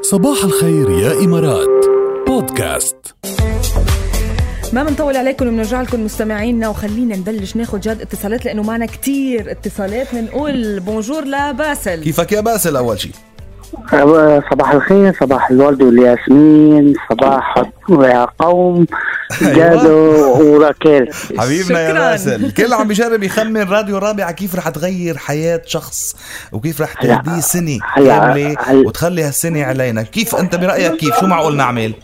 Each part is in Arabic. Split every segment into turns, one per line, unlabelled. صباح الخير يا إمارات بودكاست
ما بنطول عليكم وبنرجع لكم مستمعينا وخلينا نبلش ناخذ جد اتصالات لانه معنا كتير اتصالات بنقول بونجور لباسل
كيفك يا باسل اول شيء
أبا- صباح الخير صباح الورد والياسمين صباح يا قوم جادو وراكيل
حبيبنا يا
شكراً.
باسل الكل عم بيجرب يخمن راديو رابعه كيف رح تغير حياه شخص وكيف رح
هلا-
تهديه سنه
هلا-
كامله
هل-
وتخلي هالسنه علينا كيف انت برايك كيف شو معقول نعمل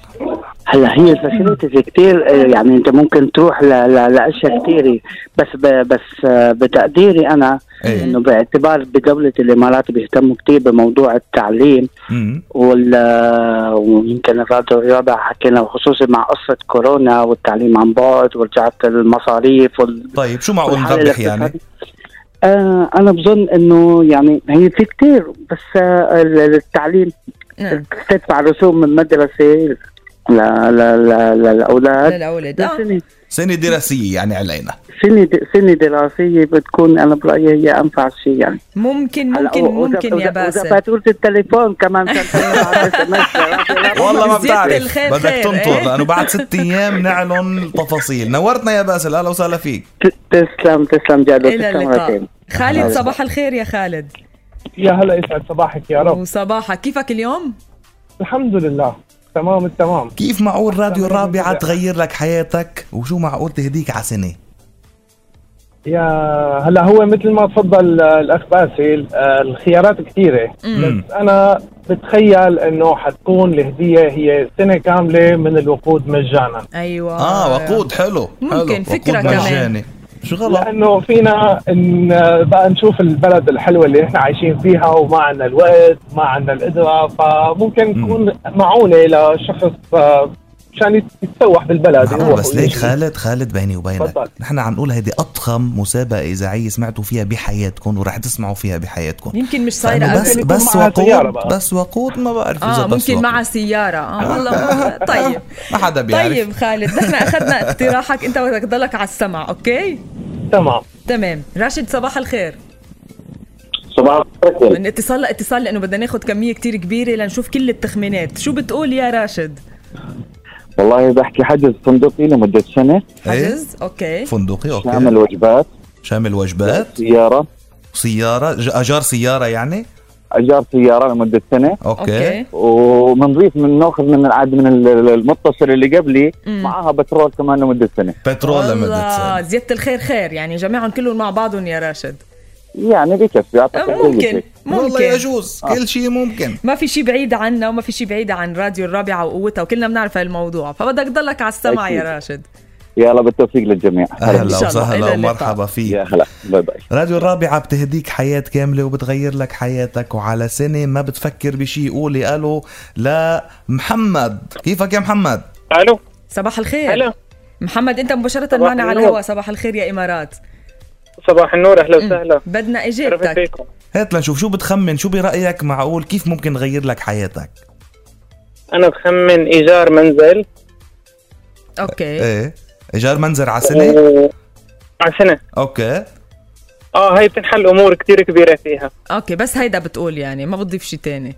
هلا هي الفاسيلتيز كثير آه، يعني انت ممكن تروح ل- ل- لاشياء كثيره بس ب- بس آه، بتقديري انا
إيه.
انه باعتبار بدوله الامارات بيهتموا كثير بموضوع التعليم
مم.
وال آه، ويمكن الراديو الرابع حكينا وخصوصا مع قصه كورونا والتعليم عن بعد ورجعت المصاريف وال
طيب شو معقول
والحالة
نربح يعني
الاقتصادية. آه انا بظن انه يعني هي في كثير بس آه ال- التعليم
نعم
تدفع رسوم من مدرسه ل- ل- ل- للاولاد
للاولاد
بس
آه.
سنه
سنه دراسيه يعني علينا
سنه د- سنه دراسيه بتكون انا برايي هي انفع شيء يعني
ممكن
هلا
ممكن
و- وإذا-
ممكن يا
وإذا- وإذا
باسل
فاتوره التليفون كمان كان تنبع بالسمستر.
والله ما
زيادة
بتعرف
الخير
بدك
خير،
تنطر
إيه؟
لانه بعد ست ايام نعلن التفاصيل نورتنا يا باسل اهلا وسهلا فيك
ت- تسلم تسلم جادو
الى
تسلم
اللقاء
رتين
خالد صباح الخير يا خالد
يا هلا يسعد صباحك يا رب
وصباحك كيفك اليوم؟
الحمد لله تمام التمام
كيف معقول راديو الرابعه تغير لك حياتك وشو معقول تهديك على سنه
يا هلا هو مثل ما تفضل آه، الاخ باسل آه، الخيارات كثيره
مم.
بس انا بتخيل انه حتكون الهديه هي سنه كامله من الوقود مجانا
ايوه
اه وقود حلو
ممكن،
حلو.
فكرة
وقود
كمان.
مجاني شو غلط
لانه فينا ان آه، بقى نشوف البلد الحلوه اللي نحن عايشين فيها وما عندنا الوقت ما عندنا القدره فممكن
مم.
تكون معونه لشخص آه، مشان يت- يتسوح بالبلد
آه،
هو
بس
هو
ليك
شيء.
خالد خالد بيني وبينك
تفضل.
نحن عم نقول هيدي اضخم مسابقه اذاعيه سمعتوا فيها بحياتكم ورح تسمعوا فيها بحياتكم
يمكن مش
لأنه
صايره
بس
قبل
بس
يكون معها سيارة
وقود
بقى.
بس وقود ما بعرف اذا
اه
بس
ممكن
وقود.
مع سياره اه والله ما- طيب
ما حدا بيعرف
طيب خالد نحن اخذنا اقتراحك انت بدك تضلك على السمع اوكي
تمام
تمام راشد صباح الخير
صباح الخير
من اتصال لاتصال لانه بدنا ناخذ كميه كتير كبيره لنشوف كل التخمينات شو بتقول يا راشد
والله بحكي حجز فندقي لمده سنه
حجز اوكي
فندقي اوكي
اعمل وجبات
شامل وجبات
سياره
سياره ج- اجار سياره يعني
اجار سياره لمده سنه
اوكي
اوكي
وبنضيف من ناخذ من العاد من ال- ال- المتصل اللي قبلي
مم.
معاها بترول كمان لمده سنه
بترول لمده
والله
سنة.
زياده الخير خير يعني جميعهم كلهم مع بعضهم يا راشد
يعني بكفي
آه،
اعتقد
ممكن
بكفي.
والله
ممكن
يجوز كل شيء ممكن
ما في شيء بعيد عنا وما في شيء بعيد عن راديو الرابعه وقوتها وكلنا بنعرف هالموضوع فبدك تضلك على السمع يا
أكيد.
راشد
يلا بالتوفيق للجميع
آه، إن
اهلا
شاء الله. إلى
وسهلا
اللقاء.
ومرحبا فيك
يا هلا باي باي
راديو الرابعة بتهديك حياة كاملة وبتغير لك حياتك وعلى سنة ما بتفكر بشي قولي ألو لمحمد كيفك يا محمد؟
الو
صباح الخير
هلا
محمد انت مباشره
صباح
معنا على
النور.
الهواء صباح الخير يا امارات
صباح النور اهلا
مم.
وسهلا
بدنا
شرفت
اجابتك
فيكم
هات لنشوف شو بتخمن شو برأيك معقول كيف ممكن نغير لك حياتك؟
انا بخمن ايجار منزل
اوكي
ايه إيجار منزل على سنة؟
و... على سنه
أوكي
اه هي بتنحل امور كثير كبيره فيها
اوكي بس هيدا بتقول يعني ما بتضيف شيء تاني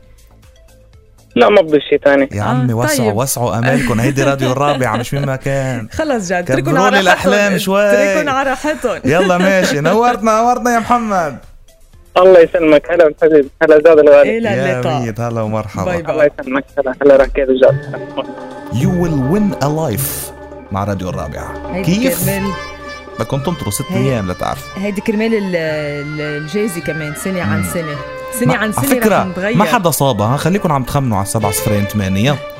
لا ما بدي شيء ثاني
يا عمي
آه،
وسعوا
طيب.
وسعوا أمالكم هيدي راديو الرابعة مش من مكان
خلص جد
كبروا
اتركن على
لي
راحتهم
الأحلام شوي.
اتركن على راحتهم
يلا ماشي نورتنا نورتنا يا محمد
الله يسلمك هلا بالحبيب هلا زاد الغالي
الى
يا
اللقاء
ميت هلا
باي
ومرحبا
الله
باي
يسلمك هلا هلا ركيل الجاد
You will win a life مع راديو الرابعة
هيدي
كيف؟
كرمال
بدكم تنطروا ست
هيك.
أيام لتعرفوا
هيدي كرمال ال- ال- الجايزه كمان سنه عن سنه سنه
ما-
عن
على
سنه رح
فكرة
نتغير
ما حدا صابها خليكم عم تخمنوا على 7 0 8 يلا